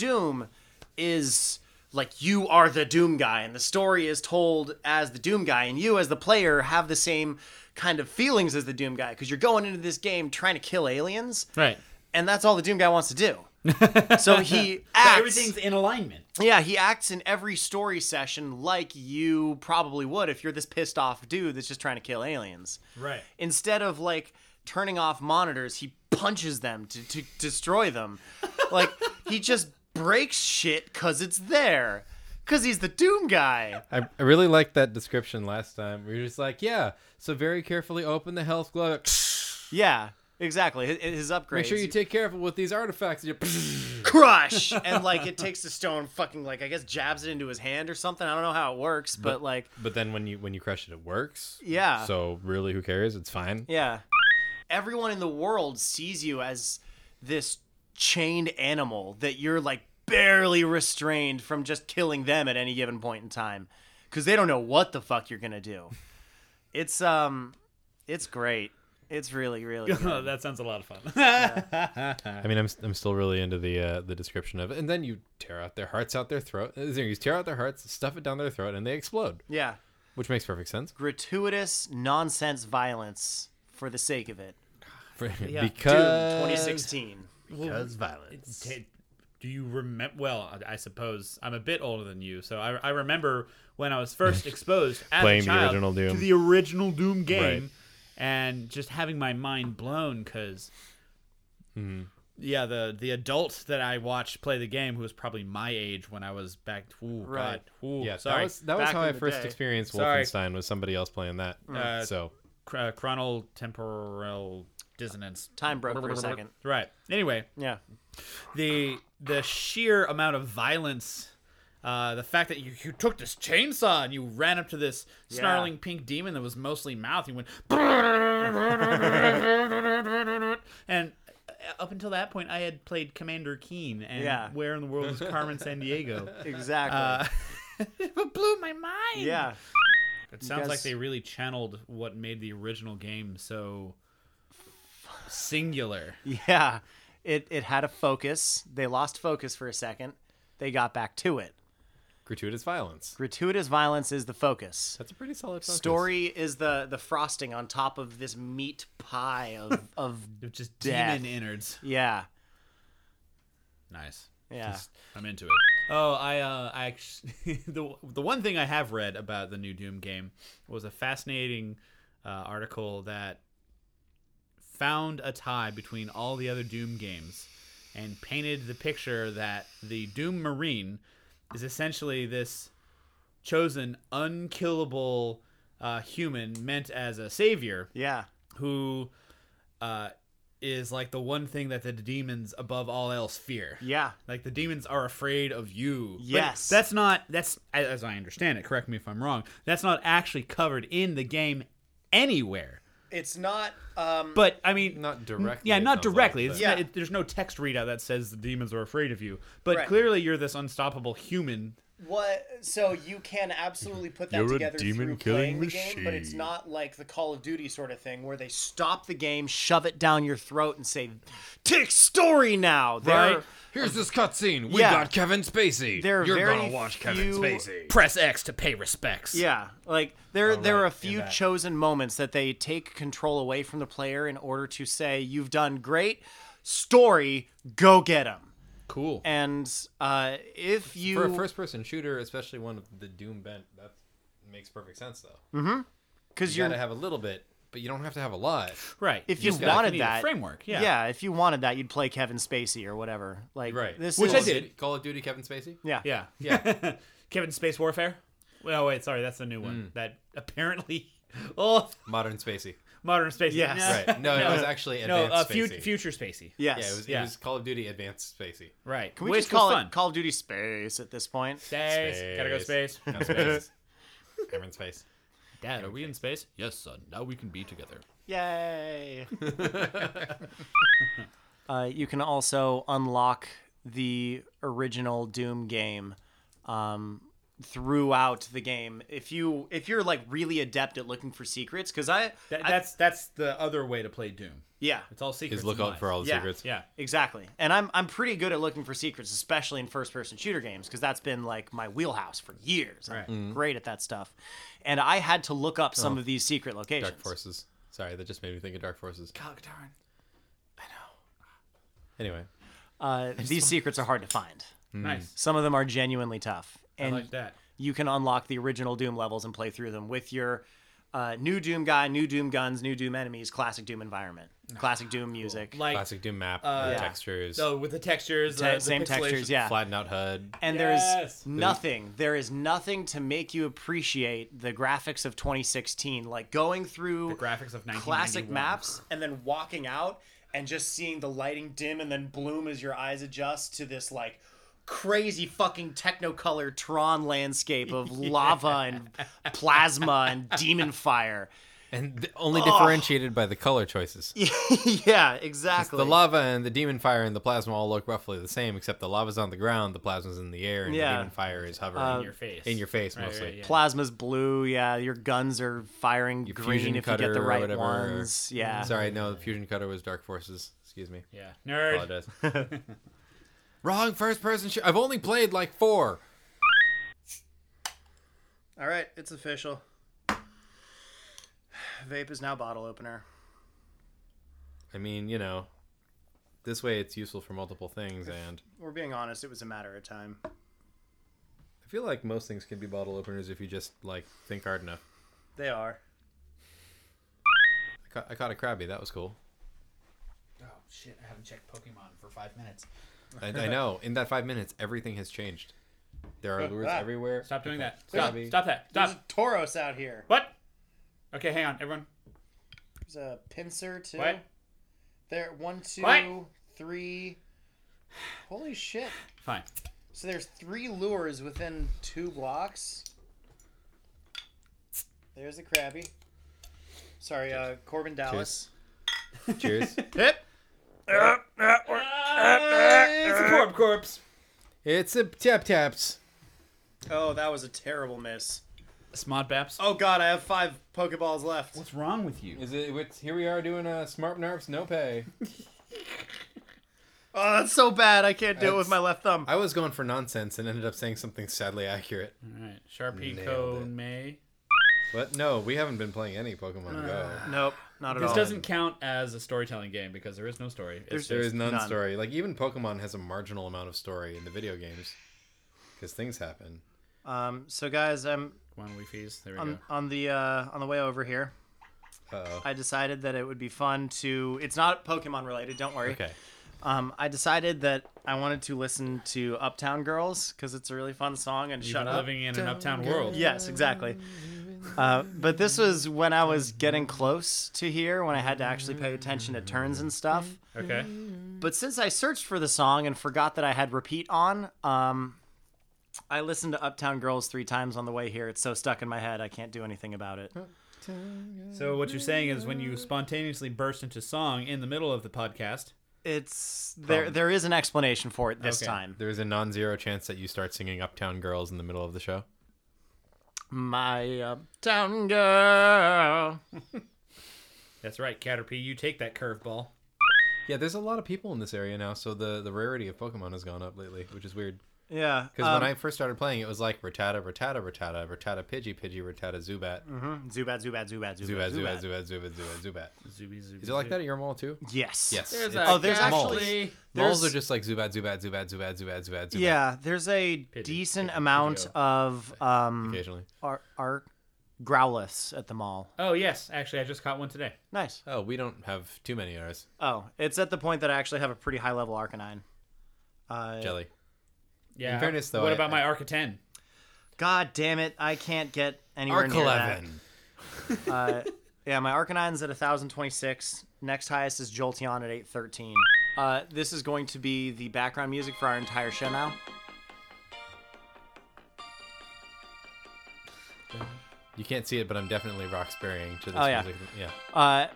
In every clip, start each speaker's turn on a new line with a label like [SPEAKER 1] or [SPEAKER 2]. [SPEAKER 1] Doom is like you are the Doom guy, and the story is told as the Doom guy, and you as the player have the same kind of feelings as the Doom guy because you're going into this game trying to kill aliens,
[SPEAKER 2] Right.
[SPEAKER 1] and that's all the Doom guy wants to do. so he acts.
[SPEAKER 3] Everything's in alignment.
[SPEAKER 1] Yeah, he acts in every story session like you probably would if you're this pissed off dude that's just trying to kill aliens.
[SPEAKER 3] Right.
[SPEAKER 1] Instead of like turning off monitors, he punches them to, to destroy them. like he just breaks shit because it's there. Because he's the Doom guy.
[SPEAKER 4] I, I really liked that description last time. We were just like, yeah, so very carefully open the health glove.
[SPEAKER 1] Yeah, exactly. His, his upgrades.
[SPEAKER 4] Make sure you take careful with these artifacts. You-
[SPEAKER 1] crush and like it takes the stone fucking like I guess jabs it into his hand or something. I don't know how it works, but like
[SPEAKER 4] But then when you when you crush it, it works.
[SPEAKER 1] Yeah.
[SPEAKER 4] So really, who cares? It's fine.
[SPEAKER 1] Yeah. Everyone in the world sees you as this chained animal that you're like barely restrained from just killing them at any given point in time cuz they don't know what the fuck you're going to do. It's um it's great. It's really really good.
[SPEAKER 3] that sounds a lot of fun.
[SPEAKER 4] I mean, I'm, I'm still really into the uh, the description of it. And then you tear out their hearts out their throat. Uh, You tear out their hearts, stuff it down their throat, and they explode,
[SPEAKER 1] Yeah.
[SPEAKER 4] which makes perfect sense.
[SPEAKER 1] Gratuitous nonsense violence for the sake of it.
[SPEAKER 4] For-
[SPEAKER 3] Yeah.
[SPEAKER 4] Because
[SPEAKER 1] 2016.
[SPEAKER 3] Well,
[SPEAKER 4] violence.
[SPEAKER 3] t- do you remember? Well, I- I suppose I'm a bit older than you, so I, I remember when I was first exposed as
[SPEAKER 4] Playing
[SPEAKER 3] a
[SPEAKER 4] the
[SPEAKER 3] child
[SPEAKER 4] original Doom.
[SPEAKER 3] to the original Doom game,
[SPEAKER 4] Right.
[SPEAKER 3] and just having my mind blown because.
[SPEAKER 4] Mm-hmm.
[SPEAKER 3] Yeah, the the adult that I watched play the game, who was probably my age when I was back, ooh,
[SPEAKER 1] Right.
[SPEAKER 3] God, ooh,
[SPEAKER 4] Yeah,
[SPEAKER 3] sorry,
[SPEAKER 4] that was that was
[SPEAKER 1] back
[SPEAKER 4] how
[SPEAKER 1] in
[SPEAKER 4] I
[SPEAKER 1] the
[SPEAKER 4] first
[SPEAKER 1] day.
[SPEAKER 4] experienced
[SPEAKER 3] Sorry.
[SPEAKER 4] Wolfenstein was somebody else playing that.
[SPEAKER 3] Uh,
[SPEAKER 4] so
[SPEAKER 3] Cr- uh, chronal temporal dissonance.
[SPEAKER 1] Time broke for a second.
[SPEAKER 3] Right. Anyway,
[SPEAKER 1] Yeah.
[SPEAKER 3] the the sheer amount of violence uh, the fact that you, you took this chainsaw and you ran up to this snarling pink demon that was mostly mouth, you went and uh, up until that point, I had played Commander Keen and
[SPEAKER 1] Yeah.
[SPEAKER 3] where in the world is Carmen San Diego?
[SPEAKER 1] Exactly.
[SPEAKER 3] Uh, it blew my mind.
[SPEAKER 1] yeah.
[SPEAKER 3] it sounds
[SPEAKER 1] guys-
[SPEAKER 3] like they really channeled what made the original game so singular.
[SPEAKER 1] Yeah, it it had a focus. They lost focus for a second. They got back to it.
[SPEAKER 4] gratuitous violence.
[SPEAKER 1] Gratuitous violence is the focus.
[SPEAKER 4] That's a pretty solid focus.
[SPEAKER 1] Story is the the frosting on top of this meat pie of of
[SPEAKER 3] It was just
[SPEAKER 1] Death.
[SPEAKER 3] demon innards.
[SPEAKER 1] yeah
[SPEAKER 3] Nice.
[SPEAKER 1] yeah
[SPEAKER 3] Just- I'm into it. Oh, I uh, I actually, the the one thing I have read about the new Doom game was a fascinating uh, article that found a tie between all the other Doom games and painted the picture that the Doom Marine is essentially this chosen unkillable uh, human meant as a savior
[SPEAKER 1] yeah
[SPEAKER 3] who uh, is like the one thing that the demons above all else fear.
[SPEAKER 1] yeah
[SPEAKER 3] Like the demons are afraid of you. But
[SPEAKER 1] Yes.
[SPEAKER 3] that's not that's as as I understand it. Correct me if I'm wrong. That's not actually covered in the game anywhere.
[SPEAKER 1] it's not um
[SPEAKER 3] But I mean,
[SPEAKER 4] Not directly,
[SPEAKER 3] Yeah,
[SPEAKER 4] it
[SPEAKER 3] not
[SPEAKER 4] sounds like,
[SPEAKER 3] directly.
[SPEAKER 4] but-
[SPEAKER 3] it's
[SPEAKER 1] Yeah.
[SPEAKER 3] not- it- there's no text readout that says the demons are afraid of you. But
[SPEAKER 1] Right.
[SPEAKER 3] clearly, you're this unstoppable human.
[SPEAKER 1] what so you can absolutely put that
[SPEAKER 4] You're a
[SPEAKER 1] together through
[SPEAKER 4] demon-killing
[SPEAKER 1] playing the game but
[SPEAKER 4] machine.
[SPEAKER 1] it's not like the call of duty sort of thing where they stop the game shove it down your throat and say take story now They're-
[SPEAKER 3] Right.
[SPEAKER 4] Here's this cutscene.
[SPEAKER 1] We Yeah. got
[SPEAKER 4] Kevin Spacey.
[SPEAKER 1] There are You're very gonna watch Kevin few- Spacey.
[SPEAKER 3] Press X to pay respects.
[SPEAKER 1] Yeah, like there there
[SPEAKER 3] Oh, right,
[SPEAKER 1] are a
[SPEAKER 3] in
[SPEAKER 1] few
[SPEAKER 3] that.
[SPEAKER 1] chosen moments that they take control away from the player in order to say you've done great story, go get them.
[SPEAKER 3] cool.
[SPEAKER 1] And uh, if you
[SPEAKER 4] For a first-person shooter, especially one with the Doom bent, that makes perfect sense though.
[SPEAKER 1] because
[SPEAKER 4] You
[SPEAKER 1] you're
[SPEAKER 4] gotta have a little bit, but you don't have to have a lot.
[SPEAKER 3] right.
[SPEAKER 1] if you
[SPEAKER 3] just gotta
[SPEAKER 1] wanted
[SPEAKER 3] need a
[SPEAKER 1] that
[SPEAKER 3] framework, yeah,
[SPEAKER 1] if you wanted that, you'd play Kevin Spacey or whatever. Like
[SPEAKER 4] Right.
[SPEAKER 1] this,
[SPEAKER 3] Which I
[SPEAKER 1] is-
[SPEAKER 3] did.
[SPEAKER 4] Call of Duty, Kevin Spacey.
[SPEAKER 1] Yeah,
[SPEAKER 3] Yeah. Yeah. Kevin Space Warfare? Well, wait, sorry, that's the new
[SPEAKER 4] Hmm.
[SPEAKER 3] one. That apparently Oh,
[SPEAKER 4] Modern Spacey.
[SPEAKER 3] modern space.
[SPEAKER 1] Yes.
[SPEAKER 3] Yeah.
[SPEAKER 4] Right. No, it was actually
[SPEAKER 3] No,
[SPEAKER 4] Advanced
[SPEAKER 3] uh, fu-
[SPEAKER 4] Spacey.
[SPEAKER 3] future spacey.
[SPEAKER 1] Yes.
[SPEAKER 4] Yeah, it was,
[SPEAKER 3] Yeah.
[SPEAKER 4] it was Call of Duty Advanced Spacey.
[SPEAKER 3] Right.
[SPEAKER 1] Can we
[SPEAKER 3] Which
[SPEAKER 1] just call
[SPEAKER 3] was
[SPEAKER 1] it
[SPEAKER 3] fun.
[SPEAKER 1] Call of Duty Space at this point?
[SPEAKER 3] space. Gotta go space.
[SPEAKER 4] Not space. I'm in space.
[SPEAKER 3] Dad, are we in space? Yes, son. Now we can be together.
[SPEAKER 1] Yay! uh, you can also unlock the original Doom game um, throughout the game if you if you're like really adept at looking for secrets. Because I,
[SPEAKER 3] That,
[SPEAKER 1] I-
[SPEAKER 3] that's that's the other way to play Doom.
[SPEAKER 1] Yeah,
[SPEAKER 3] It's all secrets.
[SPEAKER 4] Is look
[SPEAKER 3] and
[SPEAKER 4] out for
[SPEAKER 3] lies.
[SPEAKER 4] all the
[SPEAKER 1] Yeah.
[SPEAKER 4] secrets.
[SPEAKER 3] Yeah.
[SPEAKER 1] exactly. And I'm I'm pretty good at looking for secrets, especially in first person shooter games, because that's been like my wheelhouse for years. I'm
[SPEAKER 3] Right. Oh.
[SPEAKER 1] great at that stuff. And I had to look up some of these secret locations.
[SPEAKER 4] Dark Forces. Sorry, that just made me think of Dark Forces.
[SPEAKER 3] God darn.
[SPEAKER 4] Anyway,
[SPEAKER 1] Uh, these secrets are hard to find.
[SPEAKER 4] Hmm.
[SPEAKER 3] Nice.
[SPEAKER 1] Some of them are genuinely tough. And
[SPEAKER 3] I like that.
[SPEAKER 1] you can unlock the original Doom levels and play through them with your uh, new Doom guy, new Doom guns, new Doom enemies, classic Doom environment, classic Doom music,
[SPEAKER 3] Like
[SPEAKER 4] classic Doom map,
[SPEAKER 3] uh,
[SPEAKER 4] the
[SPEAKER 1] yeah.
[SPEAKER 4] textures,
[SPEAKER 3] so with the textures,
[SPEAKER 1] te-
[SPEAKER 3] uh, the
[SPEAKER 1] same
[SPEAKER 3] pixelation.
[SPEAKER 1] textures, yeah.
[SPEAKER 4] flattened out HUD.
[SPEAKER 1] And
[SPEAKER 3] Yes.
[SPEAKER 1] there's nothing. There is nothing to make you appreciate the graphics of 2016. Like going through
[SPEAKER 3] The graphics of 1991.
[SPEAKER 1] classic maps and then walking out and just seeing the lighting dim and then bloom as your eyes adjust to this like crazy fucking technicolor Tron landscape of lava and plasma and demon fire.
[SPEAKER 4] And th- only differentiated by the color choices.
[SPEAKER 1] yeah, exactly.
[SPEAKER 4] The lava and the demon fire and the plasma all look roughly the same, except the lava's on the ground, the plasma's in the air, and
[SPEAKER 1] Yeah. Uh,
[SPEAKER 4] the demon fire is hovering
[SPEAKER 3] in your face.
[SPEAKER 4] in your face
[SPEAKER 3] Right, right,
[SPEAKER 4] mostly.
[SPEAKER 3] yeah.
[SPEAKER 1] Plasma's blue, yeah. Your guns are firing green
[SPEAKER 4] fusion
[SPEAKER 1] if you
[SPEAKER 4] cutter
[SPEAKER 1] get the
[SPEAKER 4] or
[SPEAKER 1] right
[SPEAKER 4] whatever, Mm-hmm. or-
[SPEAKER 1] ones. Yeah.
[SPEAKER 4] Sorry, no, the fusion cutter was Dark Forces. Excuse me.
[SPEAKER 3] Yeah. Nerd.
[SPEAKER 4] Apologize. Wrong first person shoot. I've only played like four.
[SPEAKER 1] All right, it's official. Vape is now bottle opener.
[SPEAKER 4] I mean, you know, this way it's useful for multiple things, and
[SPEAKER 1] We're being honest, it was a matter of time.
[SPEAKER 4] I feel like most things can be bottle openers if you just like think hard enough.
[SPEAKER 1] They are.
[SPEAKER 4] I caught, I caught a Krabby. That was cool.
[SPEAKER 3] Oh shit! I haven't checked Pokemon for five minutes.
[SPEAKER 4] I, I know. In that five minutes, everything has changed. There are lures everywhere.
[SPEAKER 3] Stop doing that. Stop.
[SPEAKER 4] Krabby.
[SPEAKER 3] Stop that.
[SPEAKER 1] There's
[SPEAKER 3] Stop.
[SPEAKER 1] a Tauros out here.
[SPEAKER 3] What? Okay, hang on, everyone.
[SPEAKER 1] There's a pincer too.
[SPEAKER 3] What?
[SPEAKER 1] There, one, two, three.
[SPEAKER 3] What?
[SPEAKER 1] Holy shit!
[SPEAKER 3] Fine.
[SPEAKER 1] So there's three lures within two blocks. There's the crabby. Sorry, uh, Corbin Dallas.
[SPEAKER 4] Cheers.
[SPEAKER 1] Hip.
[SPEAKER 3] it's a corp corpse.
[SPEAKER 4] it's a tap taps.
[SPEAKER 1] Oh, that was a terrible miss.
[SPEAKER 3] Smod Baps.
[SPEAKER 1] Oh god, I have five Pokeballs left.
[SPEAKER 3] What's wrong with you?
[SPEAKER 4] Is it? It's, here we are doing a smart nerfs no pay.
[SPEAKER 1] Oh, that's so bad. I can't do it
[SPEAKER 4] That's-
[SPEAKER 1] with my left thumb.
[SPEAKER 4] I was going for nonsense and ended up saying something sadly accurate.
[SPEAKER 3] All right, Sharpie
[SPEAKER 4] Nailed it.
[SPEAKER 3] Cone May.
[SPEAKER 4] But no, we haven't been playing any Pokemon Go.
[SPEAKER 1] Nope, not at
[SPEAKER 3] This
[SPEAKER 1] all.
[SPEAKER 3] doesn't count as a storytelling game because there is no story. It's
[SPEAKER 4] There
[SPEAKER 3] just,
[SPEAKER 4] is none,
[SPEAKER 1] none.
[SPEAKER 4] story. Like even Pokemon has a marginal amount of story in the video games because things happen.
[SPEAKER 1] Um, so guys, I'm
[SPEAKER 3] one Weefies. There we
[SPEAKER 1] on,
[SPEAKER 3] go.
[SPEAKER 1] on the uh, on the way over here.
[SPEAKER 4] Uh-oh.
[SPEAKER 1] I decided that it would be fun to. It's not Pokemon related. Don't worry.
[SPEAKER 4] Okay.
[SPEAKER 1] Um, I decided that I wanted to listen to Uptown Girls because it's a really fun song. And
[SPEAKER 3] You've
[SPEAKER 1] shut
[SPEAKER 3] been
[SPEAKER 1] up.
[SPEAKER 3] living in an uptown world.
[SPEAKER 1] Yes, exactly. Uh, but this was when I was getting close to here, when I had to actually pay attention to turns and stuff.
[SPEAKER 3] Okay.
[SPEAKER 1] But since I searched for the song and forgot that I had repeat on, um, I listened to Uptown Girls three times on the way here. It's so stuck in my head, I can't do anything about it.
[SPEAKER 3] So what you're saying is when you spontaneously burst into song in the middle of the podcast.
[SPEAKER 1] It's there. There is an explanation for it this
[SPEAKER 3] Okay.
[SPEAKER 1] time.
[SPEAKER 4] There is a non-zero chance that you start singing Uptown Girls in the middle of the show.
[SPEAKER 1] My Uptown Girl.
[SPEAKER 3] That's right, Caterpie. You take that curveball.
[SPEAKER 4] Yeah, there's a lot of people in this area now, so the the rarity of Pokemon has gone up lately, which is weird.
[SPEAKER 1] Yeah, um,
[SPEAKER 4] Because when I first started playing, it was like Rattata, Rattata, Rattata, Rattata, Pidgey, Pidgey, Rattata, Zubat,
[SPEAKER 1] Zubat, Zubat, Zubat, Zubat,
[SPEAKER 4] Zubat, Zubat,
[SPEAKER 1] Mm-hmm. Zubat.
[SPEAKER 4] Zubat, Zubat, Zubat, Zubat.
[SPEAKER 3] Zooby zooby.
[SPEAKER 4] Is it like that at your mall too?
[SPEAKER 1] Yes.
[SPEAKER 4] Yes. It's-
[SPEAKER 3] There's a
[SPEAKER 1] Oh, there's
[SPEAKER 3] Caterpie.
[SPEAKER 1] actually-
[SPEAKER 4] malls are
[SPEAKER 1] there's-
[SPEAKER 4] just like Zubat, Zubat, Zubat, Zubat, Zubat, Zubat. Zubat
[SPEAKER 1] Yeah, there's a decent amount
[SPEAKER 3] Pidgeot.
[SPEAKER 1] of um
[SPEAKER 4] Occasionally.
[SPEAKER 1] our our growliths at the mall.
[SPEAKER 3] Oh yes, actually, I just caught one today.
[SPEAKER 1] Nice.
[SPEAKER 4] Oh, we don't have too many ours.
[SPEAKER 1] Oh, it's at the point that I actually have a pretty high level Arcanine. Uh,
[SPEAKER 4] Jelly.
[SPEAKER 3] Yeah.
[SPEAKER 4] fairness, though,
[SPEAKER 3] what
[SPEAKER 4] I-
[SPEAKER 3] about my Arca 10?
[SPEAKER 1] God damn it! I can't get anywhere
[SPEAKER 4] Arc
[SPEAKER 1] near that.
[SPEAKER 4] 11.
[SPEAKER 1] Yeah, my Arcanine's at 1,026. Next highest is Jolteon at 813. Uh, this is going to be the background music for our entire show now.
[SPEAKER 4] You can't see it, but I'm definitely rock sparrying to this
[SPEAKER 1] Oh, yeah.
[SPEAKER 4] music. Yeah.
[SPEAKER 1] Uh,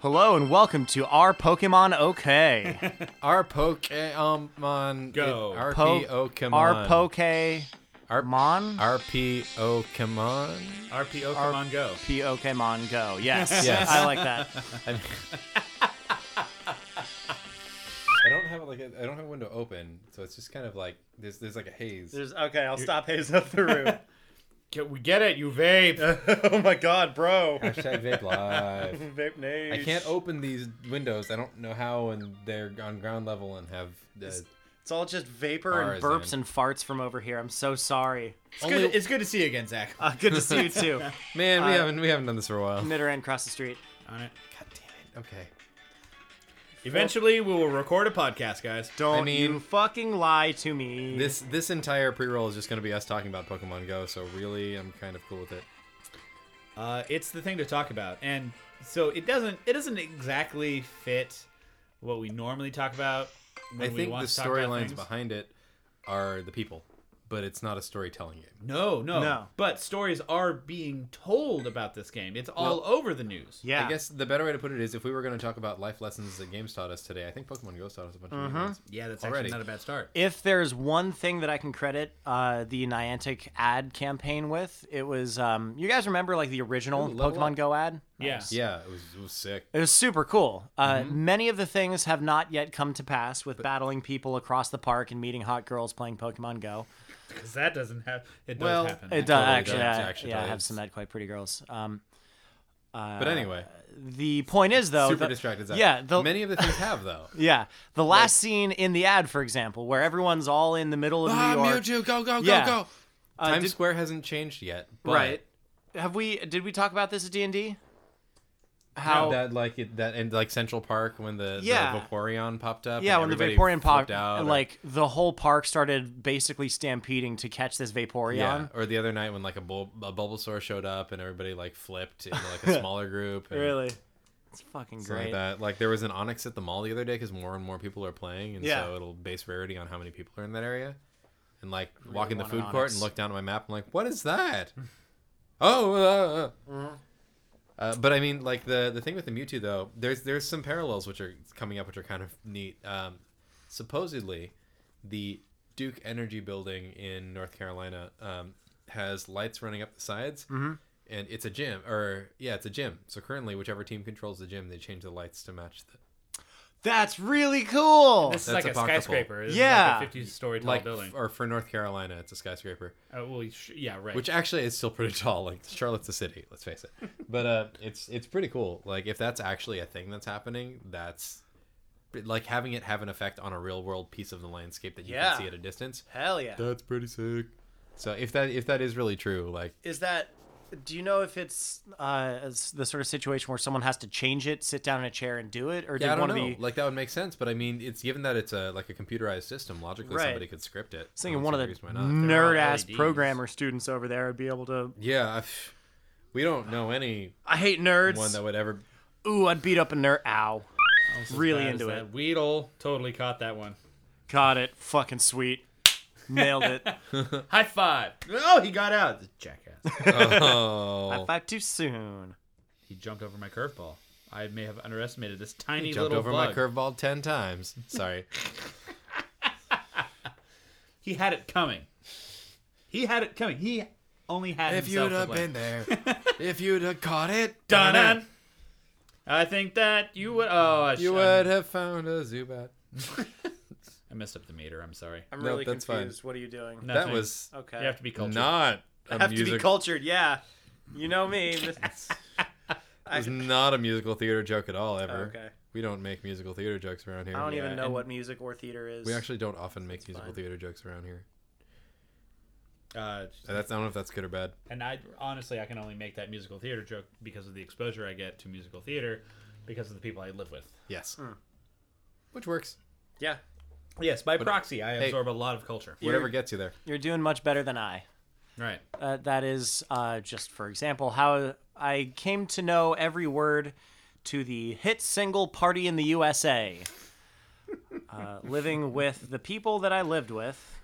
[SPEAKER 1] hello and welcome to our Pokemon OK.
[SPEAKER 4] Our Pokemon.
[SPEAKER 3] Go.
[SPEAKER 4] Our
[SPEAKER 1] Po-
[SPEAKER 4] Pokemon.
[SPEAKER 1] our Pokemon.
[SPEAKER 4] Our Pokemon.
[SPEAKER 3] RPO, come on, go.
[SPEAKER 1] P-O-K-Mon Go. Yes.
[SPEAKER 4] Yes.
[SPEAKER 1] I like that.
[SPEAKER 4] like I I don't have a window open, so it's just kind of like there's there's like a haze.
[SPEAKER 1] There's okay. I'll stop hazing up the room.
[SPEAKER 3] Get, we get it, you vape.
[SPEAKER 1] oh my god, bro.
[SPEAKER 4] Hashtag vape live.
[SPEAKER 1] Vape
[SPEAKER 4] I
[SPEAKER 1] nation.
[SPEAKER 4] can't open these windows. I don't know how, and they're on ground level and have. Uh,
[SPEAKER 1] It's all just vapor and
[SPEAKER 4] Bars,
[SPEAKER 1] burps
[SPEAKER 4] man.
[SPEAKER 1] and farts from over here. I'm so sorry.
[SPEAKER 3] It's, good, it's good to see you again, Zach.
[SPEAKER 1] Uh, good to see you too.
[SPEAKER 4] man, we haven't we haven't done this for a while.
[SPEAKER 1] Knitter and cross the street.
[SPEAKER 3] All right.
[SPEAKER 4] God damn it. Okay.
[SPEAKER 3] Eventually, we will record a podcast, guys.
[SPEAKER 1] Don't
[SPEAKER 4] I mean-
[SPEAKER 1] you fucking lie to me.
[SPEAKER 4] This this entire pre-roll is just going to be us talking about Pokemon Go. So really, I'm kind of cool with it.
[SPEAKER 3] Uh, it's the thing to talk about, and so it doesn't. It doesn't exactly fit what we normally talk about. When
[SPEAKER 4] I
[SPEAKER 3] we
[SPEAKER 4] think the
[SPEAKER 3] want to talk about
[SPEAKER 4] storylines
[SPEAKER 3] things.
[SPEAKER 4] behind it are the people, but it's not a storytelling game.
[SPEAKER 3] No, no,
[SPEAKER 1] No.
[SPEAKER 3] But stories are being told about this game. It's all over the news.
[SPEAKER 1] yeah.
[SPEAKER 4] I guess the better way to put it is if we were going to talk about life lessons that games taught us today, I think Pokemon Go taught us a bunch of new ones.
[SPEAKER 3] Yeah, that's
[SPEAKER 4] Already.
[SPEAKER 3] actually not a bad start.
[SPEAKER 1] if there's one thing that I can credit uh, the Niantic ad campaign with, it was um, you guys remember like the original
[SPEAKER 4] Ooh, level
[SPEAKER 1] Pokemon
[SPEAKER 4] up.
[SPEAKER 1] Go ad?
[SPEAKER 3] Yeah.
[SPEAKER 4] Yeah, it was, it was sick.
[SPEAKER 1] It was super cool. Uh,
[SPEAKER 4] Mm-hmm.
[SPEAKER 1] Many of the things have not yet come to pass with battling people across the park and meeting hot girls playing Pokemon Go.
[SPEAKER 3] Because that doesn't happen. It does
[SPEAKER 4] Well,
[SPEAKER 3] happen.
[SPEAKER 1] It does
[SPEAKER 4] totally
[SPEAKER 1] actually,
[SPEAKER 4] does,
[SPEAKER 1] I,
[SPEAKER 4] actually
[SPEAKER 1] yeah, I
[SPEAKER 4] does.
[SPEAKER 1] have some quite pretty girls. Um,
[SPEAKER 4] But anyway,
[SPEAKER 1] the point is though,
[SPEAKER 4] super
[SPEAKER 1] Uh, oh, the-
[SPEAKER 4] distracted. Zach.
[SPEAKER 1] Yeah, the,
[SPEAKER 4] many of the things have though.
[SPEAKER 1] Yeah, the last scene in the ad, for example, where everyone's all in the middle of
[SPEAKER 4] Ah,
[SPEAKER 3] Ah,
[SPEAKER 1] New York.
[SPEAKER 4] go go
[SPEAKER 1] Yeah. go.
[SPEAKER 4] Times Square hasn't changed yet, but
[SPEAKER 1] Right. Have we? Did we talk about this at D and D?
[SPEAKER 4] How
[SPEAKER 1] How?
[SPEAKER 4] that like it, that and like Central Park when the,
[SPEAKER 1] Yeah.
[SPEAKER 4] the Vaporeon popped up.
[SPEAKER 1] yeah,
[SPEAKER 4] and
[SPEAKER 1] when the
[SPEAKER 4] everybody
[SPEAKER 1] Vaporeon popped
[SPEAKER 4] flipped out, or-
[SPEAKER 1] like the whole park started basically stampeding to catch this Vaporeon.
[SPEAKER 4] yeah, or the other night when like a, bul- a Bulbasaur showed up and everybody like flipped into like a smaller group. And
[SPEAKER 1] Really, it's fucking
[SPEAKER 4] something
[SPEAKER 1] great.
[SPEAKER 4] Like that. Like there was an Onyx at the mall the other day because more and more people are playing, and
[SPEAKER 1] Yeah.
[SPEAKER 4] so it'll base rarity on how many people are in that area. And like walk in the
[SPEAKER 1] want
[SPEAKER 4] food
[SPEAKER 1] an
[SPEAKER 4] court
[SPEAKER 1] Onyx.
[SPEAKER 4] and look down at my map, I'm like, what is that? oh. uh, Uh, uh.
[SPEAKER 1] Mm-hmm.
[SPEAKER 4] Uh, but I mean, like the the thing with the Mewtwo though, there's there's some parallels which are coming up, which are kind of neat. Um, supposedly, the Duke Energy Building in North Carolina um, has lights running up the sides,
[SPEAKER 1] Mm-hmm.
[SPEAKER 4] and it's a gym, or yeah, it's a gym. So currently, whichever team controls the gym, they change the lights to match the
[SPEAKER 1] That's really cool.
[SPEAKER 3] This is
[SPEAKER 4] That's
[SPEAKER 3] like a,
[SPEAKER 4] apocryphal.
[SPEAKER 3] skyscraper. This
[SPEAKER 1] Yeah.
[SPEAKER 3] Is like a 50 story tall
[SPEAKER 4] like,
[SPEAKER 3] building.
[SPEAKER 4] or for North Carolina, it's a skyscraper,
[SPEAKER 3] Uh, well, you sh- yeah, right.
[SPEAKER 4] which actually is still pretty tall. Like Charlotte's a city, let's face it, but uh, it's it's pretty cool. Like if that's actually a thing that's happening, that's like having it have an effect on a real world piece of the landscape that you
[SPEAKER 1] Yeah.
[SPEAKER 4] can see at a distance.
[SPEAKER 1] Hell yeah.
[SPEAKER 4] That's pretty sick. So if that if that is really true, like
[SPEAKER 1] Is that? Do you know if it's uh, it's the sort of situation where someone has to change it, sit down in a chair, and do it, or did
[SPEAKER 4] Yeah, I don't
[SPEAKER 1] one
[SPEAKER 4] know.
[SPEAKER 1] of the
[SPEAKER 4] Like that would make sense, but I mean, it's given that it's a like a computerized system. Logically,
[SPEAKER 1] Right.
[SPEAKER 4] somebody could script it. Oh, I
[SPEAKER 1] Thinking
[SPEAKER 4] don't
[SPEAKER 1] one
[SPEAKER 4] see
[SPEAKER 1] of
[SPEAKER 4] any
[SPEAKER 1] the
[SPEAKER 4] reason why not.
[SPEAKER 1] nerd ass
[SPEAKER 4] E
[SPEAKER 3] LEDs.
[SPEAKER 1] programmer students over there would be able to.
[SPEAKER 4] Yeah, I- pff, we don't know any
[SPEAKER 1] I hate nerds.
[SPEAKER 4] one that would ever.
[SPEAKER 1] Ooh, I'd beat up a nerd. Ow.
[SPEAKER 3] Almost as
[SPEAKER 1] really
[SPEAKER 3] bad
[SPEAKER 1] into
[SPEAKER 3] as
[SPEAKER 1] it.
[SPEAKER 3] that. Weedle totally caught that one.
[SPEAKER 1] Got it. Fucking sweet. Nailed it.
[SPEAKER 3] High five. Oh, he got out. The jackass.
[SPEAKER 1] High
[SPEAKER 4] Oh,
[SPEAKER 1] five too soon.
[SPEAKER 3] he jumped over my curveball. I may have underestimated this tiny
[SPEAKER 4] jumped
[SPEAKER 3] little
[SPEAKER 4] over
[SPEAKER 3] bug.
[SPEAKER 4] my curveball ten times. Sorry.
[SPEAKER 3] He had it coming. He had it coming. He only had himself to blame.
[SPEAKER 4] there, if you'd have caught it,
[SPEAKER 3] Dun-dun. I think that you would. Oh, I,
[SPEAKER 4] you
[SPEAKER 3] sh-
[SPEAKER 4] would have found a Zubat.
[SPEAKER 3] I messed up the meter. I'm sorry.
[SPEAKER 1] I'm
[SPEAKER 4] Nope, really that's fine. confused.
[SPEAKER 1] What are you doing?
[SPEAKER 4] That
[SPEAKER 3] Nothing.
[SPEAKER 4] was
[SPEAKER 1] Okay.
[SPEAKER 3] You have to be cultured.
[SPEAKER 4] not a
[SPEAKER 1] have to be
[SPEAKER 4] music.
[SPEAKER 1] cultured. Yeah. You know me. This-
[SPEAKER 4] it was not a musical theater joke at all. Ever.
[SPEAKER 1] Oh, okay.
[SPEAKER 4] We don't make musical theater jokes around here.
[SPEAKER 1] I don't even
[SPEAKER 3] Yeah,
[SPEAKER 1] know
[SPEAKER 3] and-
[SPEAKER 1] what music or theater is.
[SPEAKER 4] We actually don't often make musical
[SPEAKER 1] fine.
[SPEAKER 4] theater jokes around here.
[SPEAKER 3] Uh,
[SPEAKER 4] That's, I don't know if that's good or bad.
[SPEAKER 3] and I honestly, I can only make that musical theater joke because of the exposure I get to musical theater, because of the people I live with.
[SPEAKER 4] Yes.
[SPEAKER 1] Hmm.
[SPEAKER 4] Which works.
[SPEAKER 1] Yeah.
[SPEAKER 3] Yes, by proxy, I
[SPEAKER 4] hey.
[SPEAKER 3] absorb a lot of culture.
[SPEAKER 4] Whatever gets you there.
[SPEAKER 1] You're doing much better than I.
[SPEAKER 3] Right.
[SPEAKER 1] Uh, that is uh, just for example how I came to know every word to the hit single "Party in the USA." Uh, living with the people that I lived with,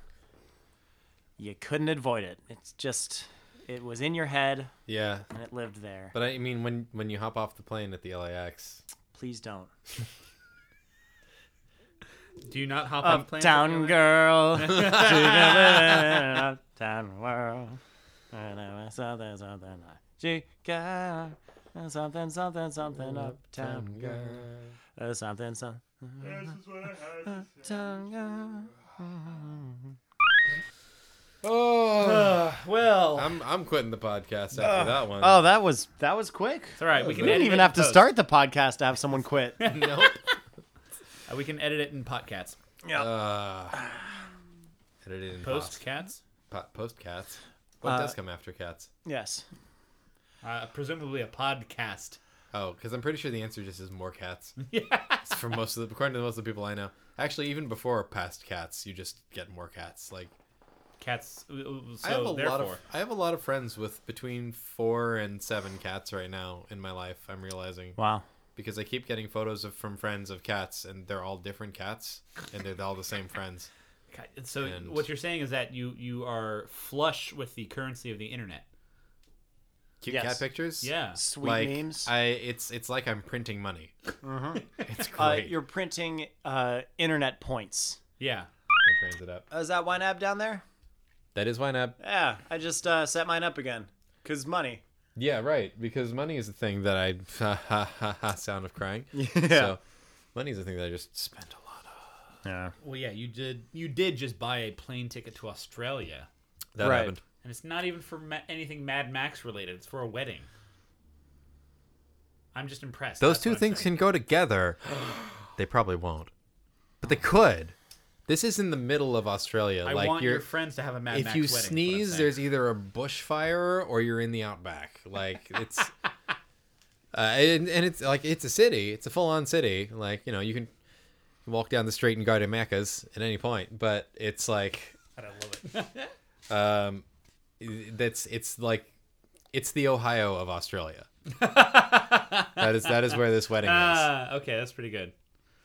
[SPEAKER 1] you couldn't avoid it. It's just, it was in your head
[SPEAKER 4] Yeah.
[SPEAKER 1] and it lived there.
[SPEAKER 4] But I mean, when when you hop off the plane at the LAX,
[SPEAKER 1] Please don't.
[SPEAKER 3] Do you not hop on planes?
[SPEAKER 1] Uptown Um, girl, she never been in uptown world. And I was something, something, I- she got something, something, something, uptown girl. Uh, something, something.
[SPEAKER 4] Oh,
[SPEAKER 1] well.
[SPEAKER 4] I'm I'm quitting the podcast after that one.
[SPEAKER 1] Oh, that was that was quick.
[SPEAKER 3] It's all right.
[SPEAKER 1] Uh, We
[SPEAKER 3] We can
[SPEAKER 1] didn't
[SPEAKER 3] edit
[SPEAKER 1] even
[SPEAKER 3] it in
[SPEAKER 1] have to
[SPEAKER 3] post.
[SPEAKER 1] start the podcast to have someone quit.
[SPEAKER 4] Nope.
[SPEAKER 3] Uh, we can edit it in podcasts.
[SPEAKER 4] Uh, edited in
[SPEAKER 3] Post Uh, cats.
[SPEAKER 4] po- post cats. What does come after cats?
[SPEAKER 1] yes.
[SPEAKER 3] Uh, presumably a podcast.
[SPEAKER 4] Oh, because I'm pretty sure the answer just is more cats. For most of the, according to most of the people I know, actually, even before past cats, you just get more cats. Like
[SPEAKER 3] Cats. uh, uh,
[SPEAKER 4] I
[SPEAKER 3] So
[SPEAKER 4] have a
[SPEAKER 3] therefore,
[SPEAKER 4] lot of I have a lot of friends with between four and seven cats right now in my life. I'm realizing
[SPEAKER 1] Wow.
[SPEAKER 4] because I keep getting photos of from friends of cats, and they're all different cats, and they're all the same friends.
[SPEAKER 3] Ca- so
[SPEAKER 4] And-
[SPEAKER 3] what you're saying is that you you are flush with the currency of the internet.
[SPEAKER 4] Cute
[SPEAKER 1] Yes.
[SPEAKER 4] cat pictures.
[SPEAKER 3] Yeah.
[SPEAKER 1] Sweet
[SPEAKER 4] Like
[SPEAKER 1] names.
[SPEAKER 4] I, it's it's like I'm printing money. It's great.
[SPEAKER 1] uh, you're printing uh, internet points.
[SPEAKER 3] Yeah.
[SPEAKER 4] It turns it up.
[SPEAKER 1] Oh, Is that wine app down there?
[SPEAKER 4] That is why not.
[SPEAKER 1] Yeah, I just uh, set mine up again. Cause money.
[SPEAKER 4] Yeah, right. Because money is the thing that I sound of crying. Yeah. So money is the thing that I just spend a lot of.
[SPEAKER 1] Yeah.
[SPEAKER 3] Well, yeah. You did. You did just buy a plane ticket to Australia,
[SPEAKER 4] That
[SPEAKER 1] Right.
[SPEAKER 4] happened.
[SPEAKER 3] and it's not even for ma- anything Mad Max related. It's for a wedding. I'm just impressed.
[SPEAKER 4] Those
[SPEAKER 3] That's
[SPEAKER 4] two
[SPEAKER 3] what I'm
[SPEAKER 4] things can
[SPEAKER 3] saying.
[SPEAKER 4] go together. they probably won't, but they could. This is in the middle of Australia.
[SPEAKER 3] I
[SPEAKER 4] like
[SPEAKER 3] want
[SPEAKER 4] you're,
[SPEAKER 3] your friends to have a Mad
[SPEAKER 4] if
[SPEAKER 3] Max
[SPEAKER 4] you
[SPEAKER 3] wedding, is what I'm
[SPEAKER 4] sneeze,
[SPEAKER 3] saying.
[SPEAKER 4] there's either a bushfire or you're in the outback. Like it's, uh, and, and it's like it's a city. It's a full-on city. Like you know, you can walk down the street and go to Macca's at any point, but it's like
[SPEAKER 3] I don't love it.
[SPEAKER 4] um, that's it's like it's the Ohio of Australia. that is that is where this wedding is,
[SPEAKER 3] Ah, okay, that's pretty good.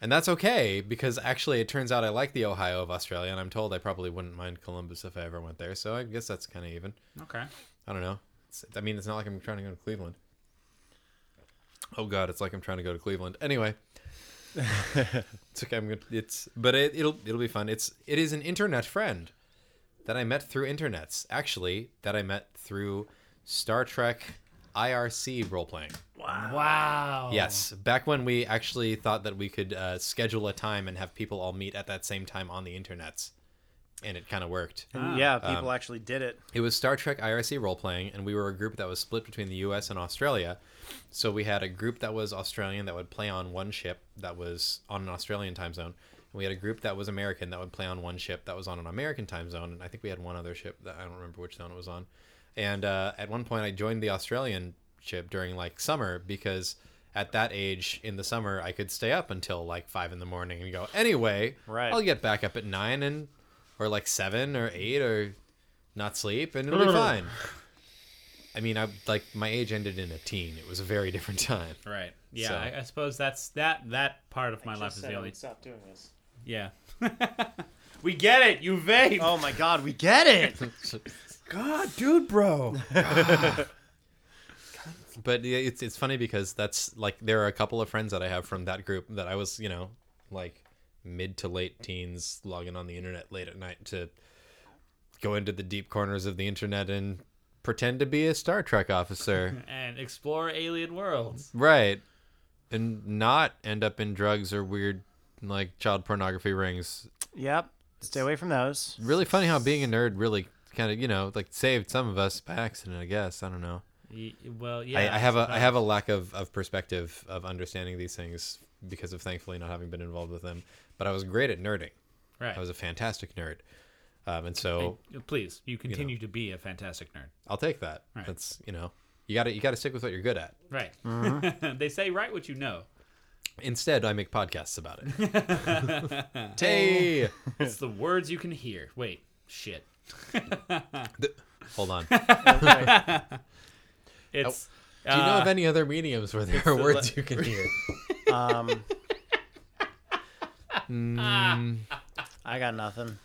[SPEAKER 4] and that's okay because actually it turns out I like the Ohio of Australia, and I'm told I probably wouldn't mind Columbus if I ever went there. So I guess that's kind of even.
[SPEAKER 3] Okay.
[SPEAKER 4] I don't know. It's, I mean, it's not like I'm trying to go to Cleveland. Oh God, it's like I'm trying to go to Cleveland. Anyway, it's okay. I'm gonna, it's but it, it'll it'll be fun. It's it is an internet friend that I met through internets. Actually, that I met through Star Trek IRC role playing.
[SPEAKER 3] Wow.
[SPEAKER 4] Yes, back when we actually thought that we could uh, schedule a time and have people all meet at that same time on the internets, and it kind of worked.
[SPEAKER 3] Ah,
[SPEAKER 1] yeah,
[SPEAKER 3] um,
[SPEAKER 1] people actually did it.
[SPEAKER 4] It was Star Trek IRC role playing, and we were a group that was split between the US and Australia. So we had a group that was Australian that would play on one ship that was on an Australian time zone. And we had a group that was American that would play on one ship that was on an American time zone. And I think we had one other ship that I don't remember which zone it was on. And uh, at one point, I joined the Australian ship during like summer because at that age in the summer, I could stay up until like five in the morning and go, anyway,
[SPEAKER 1] Right.
[SPEAKER 4] I'll get back up at nine and or like seven or eight or not sleep and it'll be fine. I mean, I like my age ended in a teen. It was a very different time.
[SPEAKER 3] Right. Yeah.
[SPEAKER 4] So-
[SPEAKER 3] I, I suppose that's that that part of my life is the only.
[SPEAKER 1] Stop doing this.
[SPEAKER 3] Yeah. we get it. You vape.
[SPEAKER 1] Oh my God, we get it.
[SPEAKER 4] God, dude, bro. but yeah, it's it's funny because that's like there are a couple of friends that I have from that group that I was you know like mid to late teens logging on the internet late at night to go into the deep corners of the internet and pretend to be a Star Trek officer,
[SPEAKER 3] And explore alien worlds.
[SPEAKER 4] right? And not end up in drugs or weird like child pornography rings
[SPEAKER 1] yep. Stay away from those.
[SPEAKER 4] really funny how being a nerd really kind of you know like saved some of us by accident i guess i don't know
[SPEAKER 3] Y- well, yeah.
[SPEAKER 4] I, I have a i
[SPEAKER 3] sometimes.
[SPEAKER 4] have a lack of, of perspective of understanding these things because of thankfully not having been involved with them but i was great at nerding
[SPEAKER 3] Right.
[SPEAKER 4] i was a fantastic nerd um, and so
[SPEAKER 3] Please, you continue to be a fantastic nerd.
[SPEAKER 4] i'll take that
[SPEAKER 3] Right.
[SPEAKER 4] that's you know you gotta you gotta stick with what you're good at
[SPEAKER 3] Right. they say write what you know.
[SPEAKER 4] instead i make podcasts about it hey
[SPEAKER 3] It's the words you can hear. Wait. Shit.
[SPEAKER 4] hold on do you
[SPEAKER 3] It's.
[SPEAKER 4] know
[SPEAKER 3] uh,
[SPEAKER 4] of any other mediums where there are words you can hear
[SPEAKER 1] Um, I got nothing.